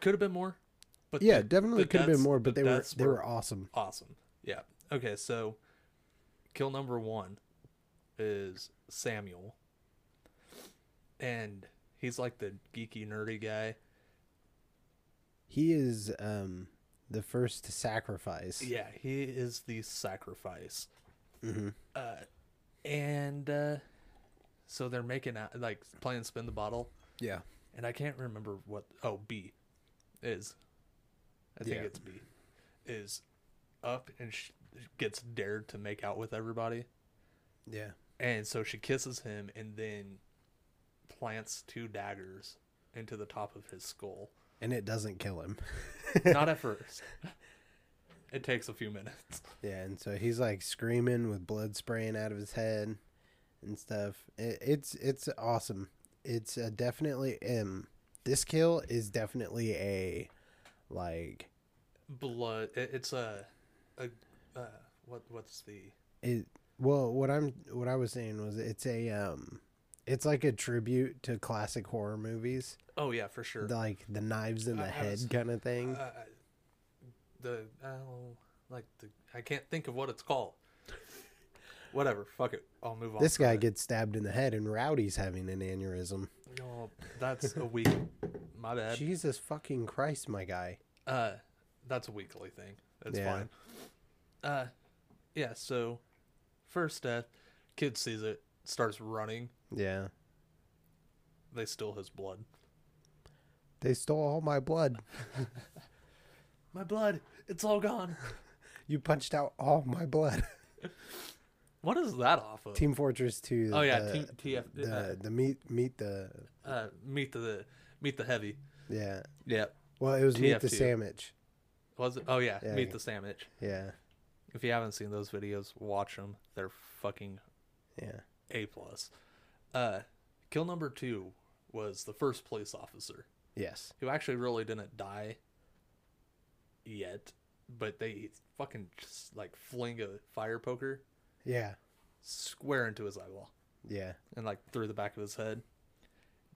could have been more, but
Yeah,
the-
definitely
the
could have been
deaths-
more, but
the
they were
deaths
they were awesome.
awesome. Yeah. Okay, so kill number one is Samuel. And he's like the geeky, nerdy guy.
He is um the first to sacrifice.
Yeah, he is the sacrifice. Uh,
hmm
And uh, so they're making out, like playing spin the bottle.
Yeah.
And I can't remember what. Oh, B is. I think
Yeah.
it's B. Is up and sh- gets dared to make out with everybody.
Yeah.
And so she kisses him and then plants two daggers into the top of his skull.
And it doesn't kill him.
Not at first. It takes a few minutes.
Yeah, and so he's like screaming with blood spraying out of his head and stuff. It, it's it's awesome. It's a definitely um this kill is definitely a like
Blood. It, it's a, a, uh, what what's the?
it well what i'm what i was saying was it's a um it's like a tribute to classic horror movies
Oh yeah, for sure.
the- like the knives in the
I
head
was-
kind of thing
Uh, the oh, like the I can't think of what it's called. Whatever. Fuck it. I'll move on.
this
from
guy
it.
gets stabbed in the head and rowdy's having an aneurysm
No, that's a week. My bad.
jesus fucking christ my guy
Uh, that's a weekly thing. That's
Yeah.
fine. Uh, yeah. So, first death, kid sees it, starts running.
yeah
They steal his blood.
they stole all my blood
My blood, it's all gone.
you punched out all my blood
What is that off of?
team fortress 2
oh yeah,
the,
team, uh, TF.
the, the meet meet the
uh, uh, meet the meet the heavy.
yeah
Yeah.
well it was meet the
TF2.
sandwich
Was it? Oh yeah,
Yeah,
meet
yeah.
the sandwich.
yeah
If you haven't seen those videos, watch them. They're fucking
yeah
a plus. Uh, kill number two was the first police officer.
yes
who actually really didn't die yet, but they fucking just like fling a fire poker
yeah
square into his eyeball
yeah
and like through the back of his head.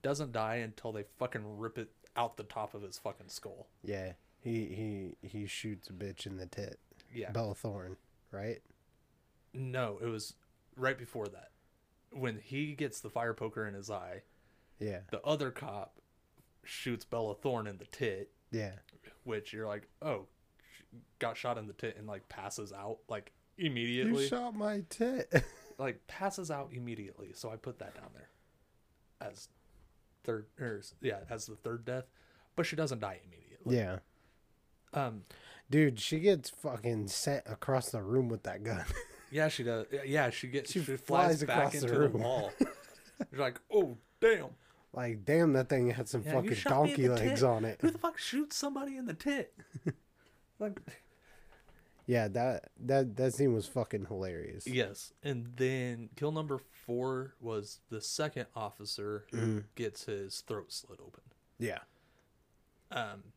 Doesn't die until they fucking rip it out the top of his fucking skull.
Yeah, he he he shoots a bitch in the tit.
Yeah.
Bella Thorne, right?
No, it was right before that. When he gets the fire poker in his eye,
Yeah,
the other cop shoots Bella Thorne in the tit.
Yeah.
which you're like, oh, sh- got shot in the tit and like passes out like
You
immediately,
shot my tit.
like passes out immediately. So I put that down there as third, or yeah, as the third death, but she doesn't die immediately.
yeah.
Um,
Dude, she gets fucking sent across the room with that gun.
yeah, she does. Yeah, she gets
She
she,
flies
flies, back
across the
into the,
room.
wall. you're like, oh damn.
like, damn, that thing had some
Yeah, you
fucking
shot me in
donkey
the
legs
tit.
on it.
Who the fuck shoots somebody in the tit? like,
Yeah, that that that scene was fucking hilarious.
yes. And then kill number four was the second officer who
Mm.
gets his throat slit open.
Yeah.
Um,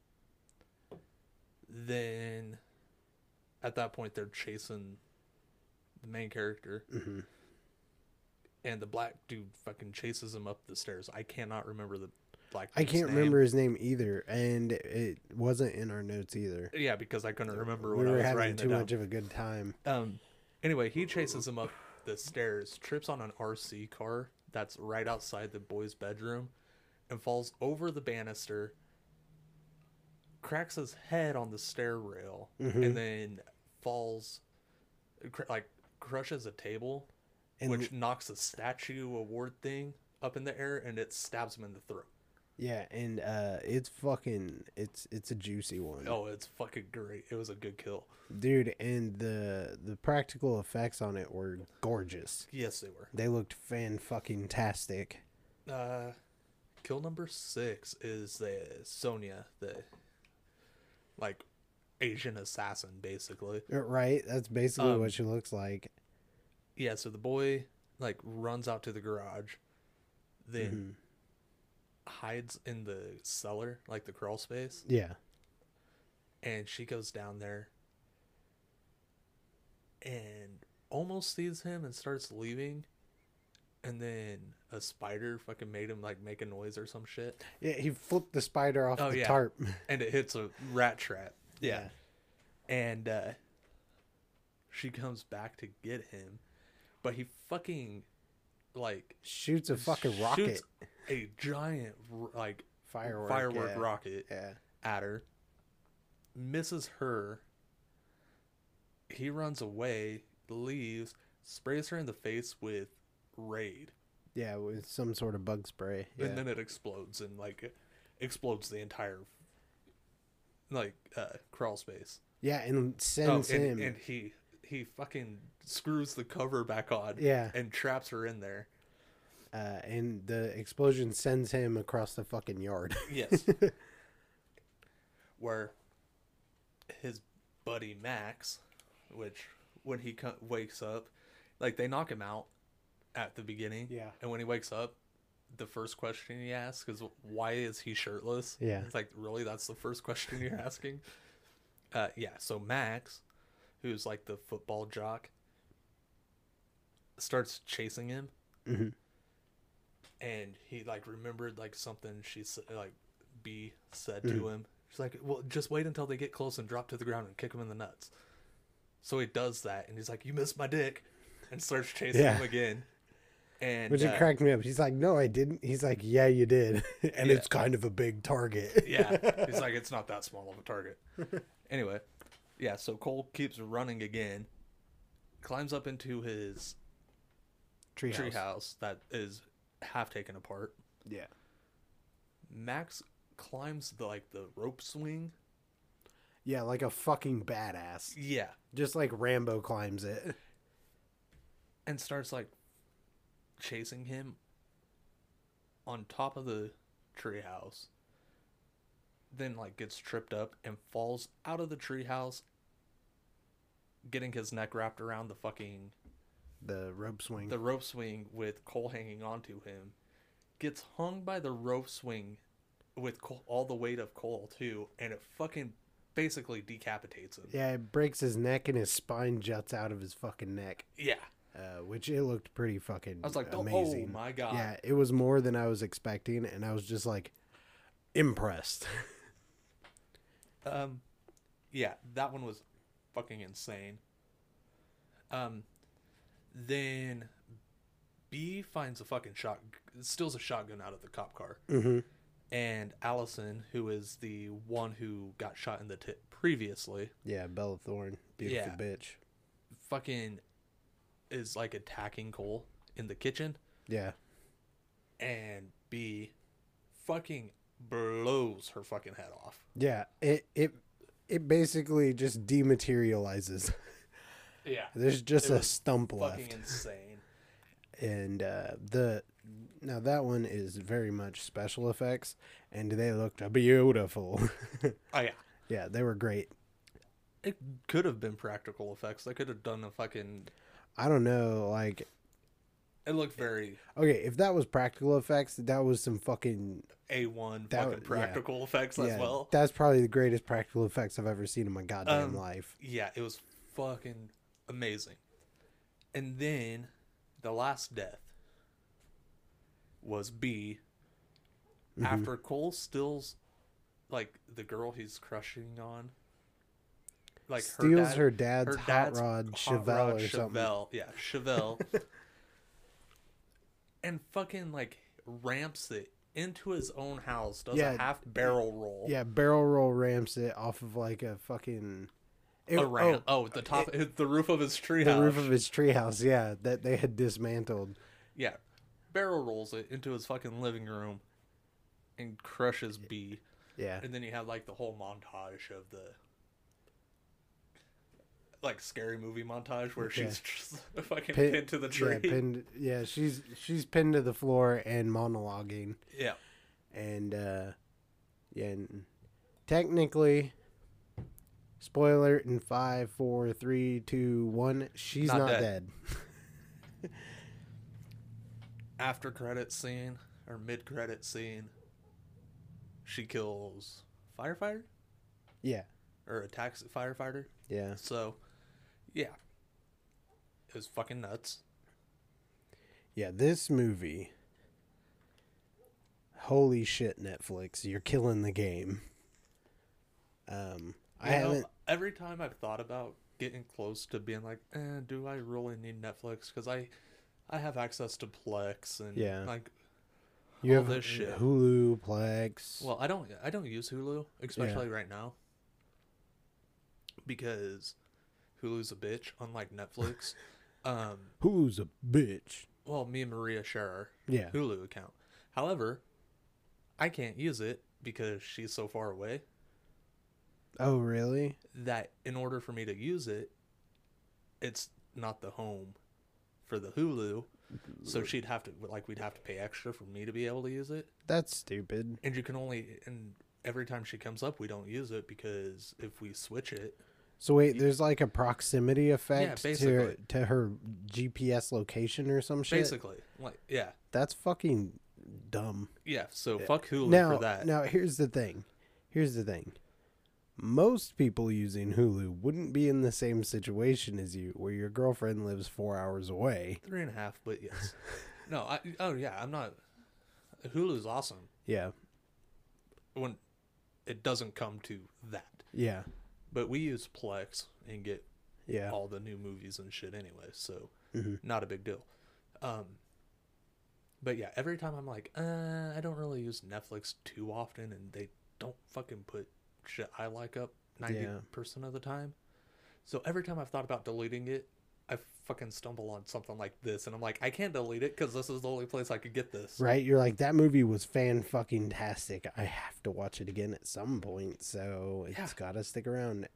then at that point, they're chasing the main character.
Mm-hmm.
And the black dude fucking chases him up the stairs. I cannot remember the black
I
dude's
can't
name.
remember his name either, and it wasn't in our notes either.
Yeah, because I couldn't remember
we
what I
were
was
having
writing
too
it down.
much of a good time.
Um, anyway, he chases him up the stairs, trips on an RC car that's right outside the boy's bedroom, and falls over the banister, cracks his head on the stair rail, and then falls, cr- like crushes a table,
And-
which knocks a statue award thing up in the air, and it stabs him in the throat.
Yeah, and uh it's fucking it's it's a juicy one.
Oh, it's fucking great! It was a good kill.
Dude, and the the practical effects on it were gorgeous.
Yes, they were.
They looked fan fucking tastic.
Uh, kill number six is the Sonia, the like Asian assassin, basically.
Uh, Right? That's basically
Um,
what she looks like.
Yeah, so the boy like runs out to the garage, then hides in the cellar, like the crawl space,
Yeah.
and she goes down there and almost sees him and starts leaving. And then a spider fucking made him like make a noise or some shit.
Yeah, he flipped the spider off
Oh,
the
yeah.
tarp.
and it hits a rat trap. And uh, she comes back to get him, but he fucking like
Shoots a fucking
shoots
rocket
a giant r- like
firework.
firework
yeah.
rocket
Yeah.
at her, misses her. He runs away, leaves, sprays her in the face with raid,
Yeah, with some sort of bug spray. Yeah.
and then it explodes and like explodes the entire like uh, crawl space.
yeah, and
Oh,
sends
and,
him.
and he he fucking screws the cover back on.
Yeah.
And traps her in there.
uh, and the explosion sends him across the fucking yard.
Yes. Where his buddy Max, which when he co- wakes up, like they knock him out at the beginning.
Yeah.
And when he wakes up, the first question he asks is why is he shirtless?
Yeah.
It's like really that's the first question you're asking. Uh, yeah. So Max, who's like the football jock, starts chasing him
Mm-hmm.
and he like remembered like something she said like b said
Mm-hmm.
to him she's like well just wait until they get close and drop to the ground and kick him in the nuts so he does that and he's like you missed my dick and starts chasing
Yeah.
him again and
Which
uh,
it cracked me up. He's like, "No, I didn't." He's like, "Yeah, you did," and
Yeah.
it's kind of a big target.
yeah he's like it's not that small of a target anyway yeah so cole keeps running again climbs up into his
Treehouse.
treehouse that is half taken apart
Yeah,
max climbs the like the rope swing
yeah, like a fucking badass,
yeah
just like Rambo climbs it.
and starts like chasing him on top of the treehouse. Then like gets tripped up and falls out of the treehouse, getting his neck wrapped around the fucking
The rope swing.
the rope swing with Cole hanging onto him. Gets hung by the rope swing with Cole, all the weight of Cole too, and it fucking basically decapitates him.
yeah, it breaks his neck and his spine juts out of his fucking neck,
yeah.
uh, which it looked pretty fucking.
I was like, "Oh,
amazing.
oh my God."
Yeah, it was more than I was expecting, and I was just like impressed.
Um, yeah, that one was fucking insane. Um, then B finds a fucking shot, steals a shotgun out of the cop car, and Allison, who is the one who got shot in the tip previously,
Yeah, Bella Thorne, beautiful
Yeah.
bitch.
fucking is like attacking Cole in the kitchen
Yeah,
and B fucking blows her fucking head off.
yeah. It it it basically just dematerializes.
Yeah.
There's just
It
a
was
stump
Fucking
left,
insane.
and uh, the now that one is very much special effects, and they looked beautiful.
Oh yeah.
yeah, they were great.
It could have been practical effects. They could have done a fucking
I don't know, like
it looked very
okay, if that was practical effects, that was some fucking
A one
That
fucking
w- yeah.
practical effects
yeah,
as well.
That's probably the greatest practical effects I've ever seen in my goddamn
Um,
life.
yeah, it was fucking amazing. And then the last death was B.
Mm-hmm.
After Cole stills, like the girl he's crushing on, like
Steals
dad-
her dad's hot rod Chevelle or something.
Chevelle, yeah, Chevelle, and fucking like ramps it into his own house. Does
Yeah.
a half barrel roll.
Yeah, barrel roll ramps it off of like a fucking it,
a ramp.
oh,
Oh, the top, the roof of his treehouse.
the roof of his treehouse. Yeah, that they had dismantled.
Yeah. Barrel rolls it into his fucking living room and crushes B.
Yeah,
And then you have like the whole montage of the like scary movie montage where she's just fucking
Pin-
pinned to the tree.
Yeah, pinned, yeah, she's she's pinned to the floor and monologuing,
yeah.
and uh, yeah, and technically. Spoiler in five, four, three, two, one. She's
Not
not,
dead.
dead.
After credit scene or mid credit scene, she kills firefighter
Yeah,
or attacks a firefighter.
yeah.
So, yeah, it was fucking nuts.
Yeah, this movie. Holy shit, Netflix! You're killing the game. Um, I
You know,
haven't.
every time I've thought about getting close to being like, eh, do I really need Netflix? Because I, I have access to Plex and
Yeah.
like,
You
all
have
this shit.
Hulu, Plex.
well, I don't, I don't use Hulu, especially right now, because Hulu's a bitch, unlike Netflix. um,
Hulu's a bitch.
well, me and Maria share our
Yeah.
Hulu account. However, I can't use it because she's so far away.
Oh, really?
that in order for me to use it, it's not the home for the Hulu. So she'd have to like we'd have to pay extra for me to be able to use it.
That's stupid.
And you can only and every time she comes up we don't use it because if we switch it
So wait, there's like a proximity effect to
basically.
to her GPS location or some shit.
basically like yeah.
That's fucking dumb.
Yeah. So fuck Hulu
now,
for that.
Now, here's the thing. Here's the thing. Most people using Hulu wouldn't be in the same situation as you, where your girlfriend lives four hours away.
Three and a half, but yes. no, I oh yeah, I'm not Hulu's awesome
Yeah,
when it doesn't come to that.
yeah,
But we use Plex and get
yeah. Mm-hmm.
all the new movies and shit anyway, so not a big deal. Um, but yeah, every time I'm like, uh, I don't really use Netflix too often, and they don't fucking put shit I like up ninety
Yeah.
percent of the time. So every time I've thought about deleting it, I fucking stumble on something like this, and I'm like, I can't delete it because this is the only place I could get this.
Right? You're like that movie was fan fucking tastic. I have to watch it again at some point, so it's
Yeah.
got to stick around.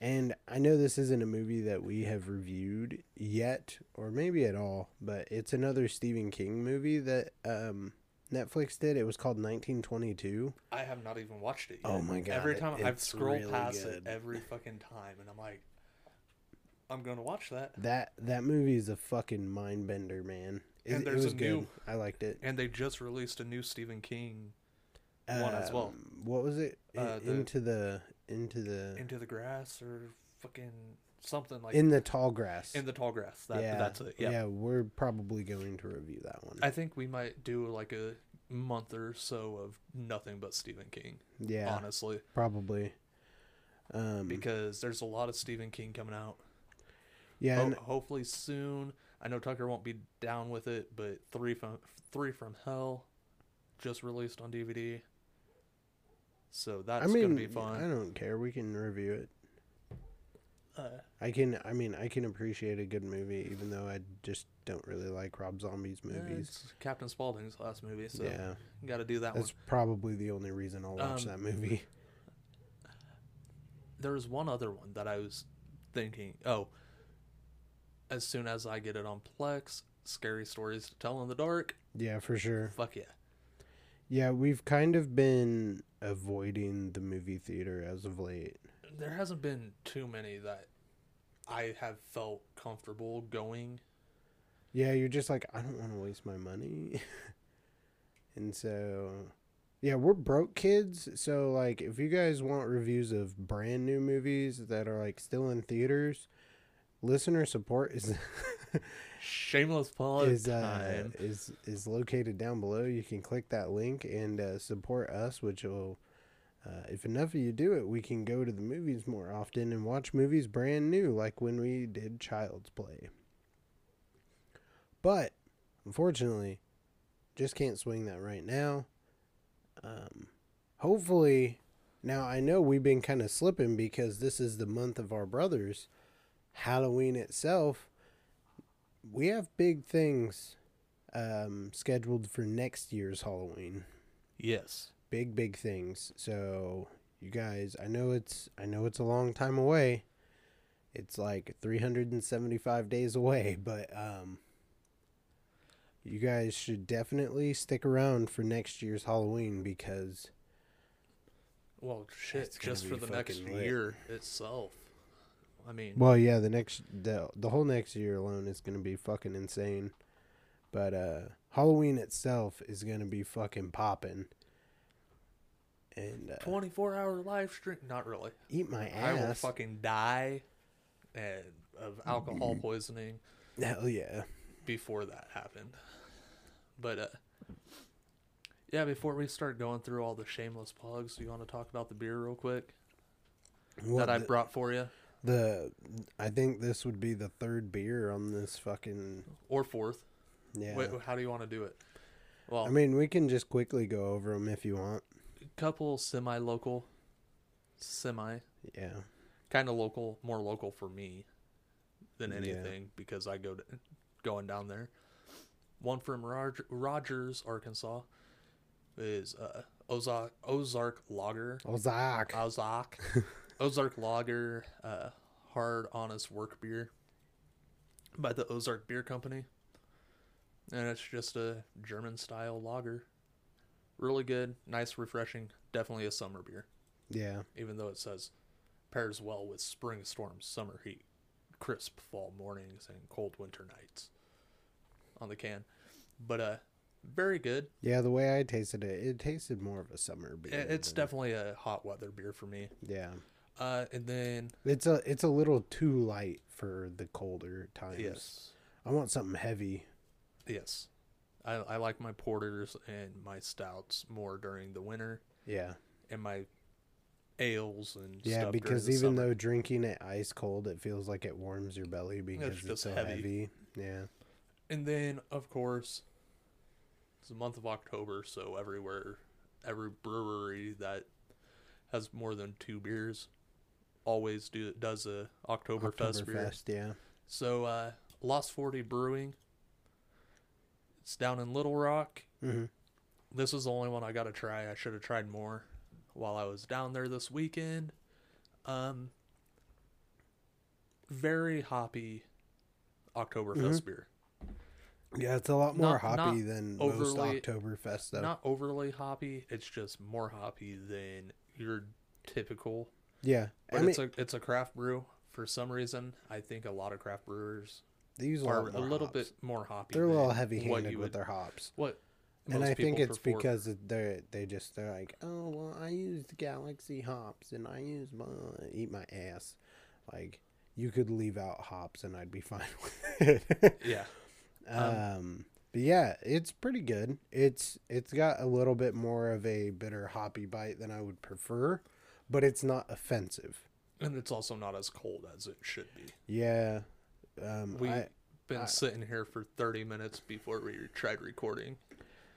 And I know this isn't a movie that we have reviewed yet, or maybe at all, but it's another Stephen King movie that um, Netflix did. It was called 1922.
I have not even watched it. Yet.
Oh my God,
Every time I've
it's
scrolled
really
past
good.
it every fucking time, and I'm like, I'm gonna watch that.
That that movie is a fucking mind bender, man. It,
And
it
there's
was
a
good.
new-
I liked it.
And they just released a new Stephen King one as well.
Um, What was it? In-
Uh, the-
into the into the
Into the Grass or fucking something like
Um, in the tall grass.
In the Tall Grass. That, That's it. Yeah.
we're probably going to review that one.
I think we might do like a month or so of nothing but Stephen King,
yeah, Mm-hmm.
honestly,
probably. Um,
because there's a lot of Stephen King coming out.
yeah,
Ho-
and
hopefully soon. I know Tucker won't be down with it, but Three from Three from Hell, just released on DVD. So that's
I mean,
gonna be
I
fun.
don't care. We can review it.
Uh,
I can. I mean, I can appreciate a good movie, even though I just don't really like Rob Zombie's movies.
It's Captain Spaulding's last movie, so
yeah,
got to do uh, that one.
that's probably the only reason I'll watch
Um,
that movie.
There's one other one that I was thinking. Oh, as soon as I get it on Plex, scary stories to tell in the dark.
Yeah, for sure.
Fuck yeah.
Yeah, we've kind of been avoiding the movie theater as of late.
There hasn't been too many that I have felt comfortable going.
Yeah, you're just like, I don't want to waste my money. and so, yeah, we're broke kids. So, like, if you guys want reviews of brand new movies that are, like, still in theaters, listener support is.
Shameless plug
Is uh,
time.
is is located down below. You can click that link and uh, support us, which will, uh, if enough of you do it, we can go to the movies more often and watch movies brand new, like when we did Child's Play. But unfortunately, just can't swing that right now. Um, hopefully, now I know we've been kind of slipping because this is the month of our brothers. Halloween itself, we have big things um, scheduled for next year's Halloween.
yes.
Big, big things. So you guys, I know it's I know it's a long time away. It's like 375 days away, but um, you guys should definitely stick around for next year's Halloween because
Well, shit,
It's gonna
just for
be
the next
fucking lit.
year itself. I mean,
Well, yeah, the next the the whole next year alone is gonna be fucking insane. But uh Halloween itself is gonna be fucking popping. And uh,
24 hour live stream? Not really.
eat my
I will
ass.
fucking die and, of
Mm-hmm.
alcohol poisoning
Hell yeah.
before that happened. But, uh, yeah, before we start going through all the shameless plugs, do you want to talk about the beer real quick
Well,
that I
the-
brought for you?
the I think this would be the third beer on this fucking
Or fourth?
yeah.
Wait, how do you want to do it? Well,
I mean, we can just quickly go over them if you want.
couple semi local, semi
Yeah.
kind of local, more local for me than
Yeah.
anything because I go to, going down there. One from Roger, Rogers, Arkansas, is uh, Ozark Ozark Lager,
Oh,
Uh,
Ozark.
Ozark Ozark Lager, uh, hard honest work beer by the Ozark Beer Company, and it's just a German style lager. Really good, nice, refreshing. Definitely a summer beer
Yeah.
even though it says pairs well with spring storms, summer heat, crisp fall mornings, and cold winter nights on the can. But uh, very good.
Yeah, the way I tasted it, it tasted more of a summer beer.
I- It's
than-
definitely a hot weather beer for me.
Yeah.
Uh, and then
It's a it's a little too light for the colder times.
yes,
I want something heavy.
yes, I, I like my porters and my stouts more during the winter,
Yeah.
and my ales and
Yeah,
stuff
because
during the
even
summer.
though drinking it ice cold, it feels like it warms your belly because it's,
just
so heavy.
heavy.
Yeah.
And then, of course, it's the month of October, so everywhere, every brewery that has more than two beers always do does a Oktoberfest beer.
Oktoberfest, yeah.
So, uh, Lost Forty Brewing. It's down in Little Rock.
hmm
This is the only one I got to try. I should have tried more while I was down there this weekend. Um, very hoppy Oktoberfest beer.
Yeah, it's a lot more
Not-
hoppy
not
than most
overly-
Oktoberfest though.
not overly hoppy. It's just more hoppy than your typical.
yeah. I
But
mean
it's a it's a craft brew. For some reason, I think a lot of craft brewers
they use a,
are
lot
a
more
little
hops.
bit more hoppy.
they're a little
than
heavy
what
handed
you
with
would-
their hops.
What?
and
most
I think
people
it's
prefer.
because they're they just they're like, oh well, I use Galaxy hops and I use my eat my ass. Like you could leave out hops and I'd be fine with it.
yeah,
um, but yeah, it's pretty good. It's it's got a little bit more of a bitter hoppy bite than I would prefer, but it's not offensive.
and it's also not as cold as it should be.
Yeah, um,
We've
I
been sitting here for thirty minutes before we tried recording.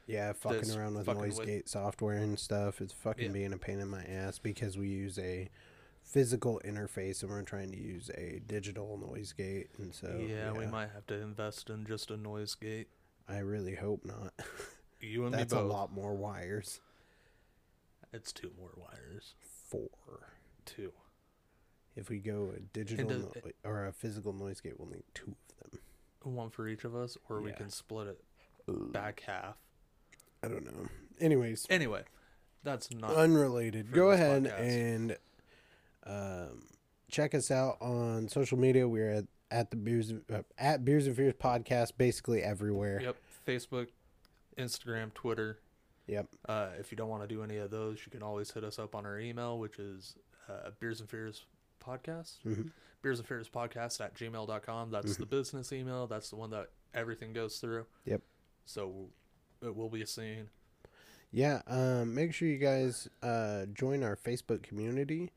Yeah, fucking
This
around with
fucking
noise
with-
gate software and stuff is fucking
Yeah.
being a pain in my ass because we use a physical interface and we're trying to use a digital noise gate and so
yeah, we might have to invest in just a noise gate.
I really hope not.
You and
That's
me
a
both.
lot more wires.
It's two more wires.
Four.
Two.
If we go a digital
does-
noi- or a physical noise gate, we'll need two of them.
One for each of us, or we
Yeah.
can split it back half.
I don't know. Anyways,
Anyway, that's not
unrelated.
for
Go
this
ahead
podcast.
and um, check us out on social media. We're at, at the beers uh, at beers and fears podcast, basically everywhere.
Yep. Facebook, Instagram, Twitter.
Yep.
Uh, if you don't want to do any of those, you can always hit us up on our email, which is uh, Beers and Fears Podcast.
Mhm.
Beers and Fears Podcast at gmail.com. That's the business email. That's the one that everything goes through.
Yep.
So it will be seen.
Yeah. Um, make sure you guys uh, join our Facebook community.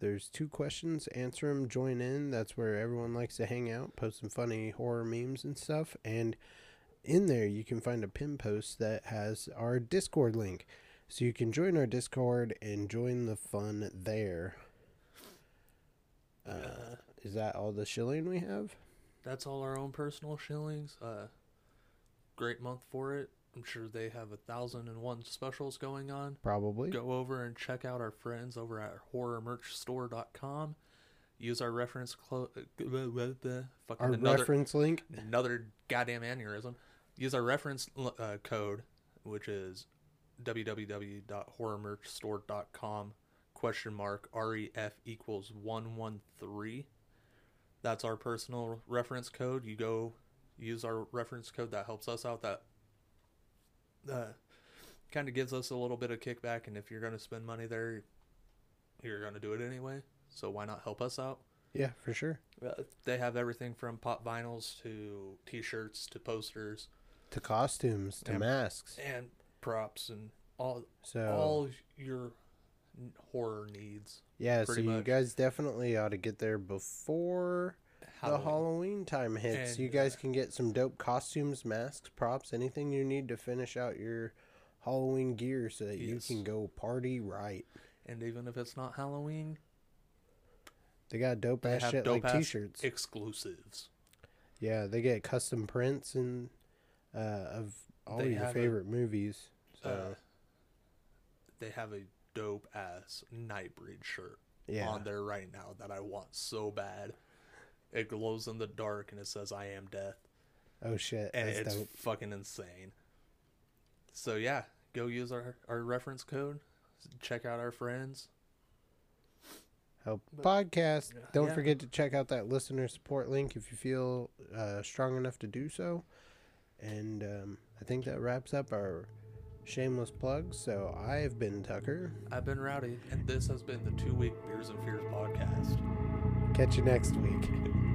There's two questions. Answer them. Join in. That's where everyone likes to hang out, post some funny horror memes and stuff. And in there, you can find a pin post that has our Discord link. So you can join our Discord and join the fun there. Uh, is that all the shilling we have?
That's all our own personal shillings. Uh, great month for it. I'm sure they have a thousand and one specials going on.
Probably.
go over and check out our friends over at horrormerchstore.com. Use our reference clo- uh, blah, blah, blah. fucking
Our
another
reference link.
another goddamn aneurysm. Use our reference l- uh, code, which is www.horrormerchstore.com question mark ref equals one one three. That's our personal reference code. You go use our reference code. That helps us out. That uh, kind of gives us a little bit of kickback. And if you're going to spend money there, you're going to do it anyway. So why not help us out?
Yeah, for sure.
Uh, They have everything from pop vinyls to T-shirts to posters
To costumes, to
Yeah.
masks.
and props and all
So
all your n- horror needs.
Yeah, so
pretty
you
much.
guys definitely ought to get there before the Halloween time hits.
And, uh,
you guys can get some dope costumes, masks, props, anything you need to finish out your Halloween gear so that you
Yes.
can go party right.
and even if it's not Halloween,
They got dope
they
ass
have
shit
dope
like
ass
t shirts.
exclusives.
yeah, they get custom prints and uh, of all
They
your
have a-
favorite movies. So
Uh, they have a dope ass Nightbreed shirt
Yeah.
on there right now that I want so bad. It glows in the dark and it says "I am death."
oh shit,
and
that's
it's
dope.
fucking insane. So yeah, go use our our reference code. Check out our friends.
Help podcast. Don't
Yeah.
forget to check out that listener support link if you feel uh, strong enough to do so. And um, I think that wraps up our shameless plugs. So I've been Tucker.
I've been Rowdy, and this has been the Two Week Beers and Fears podcast.
Catch you next week.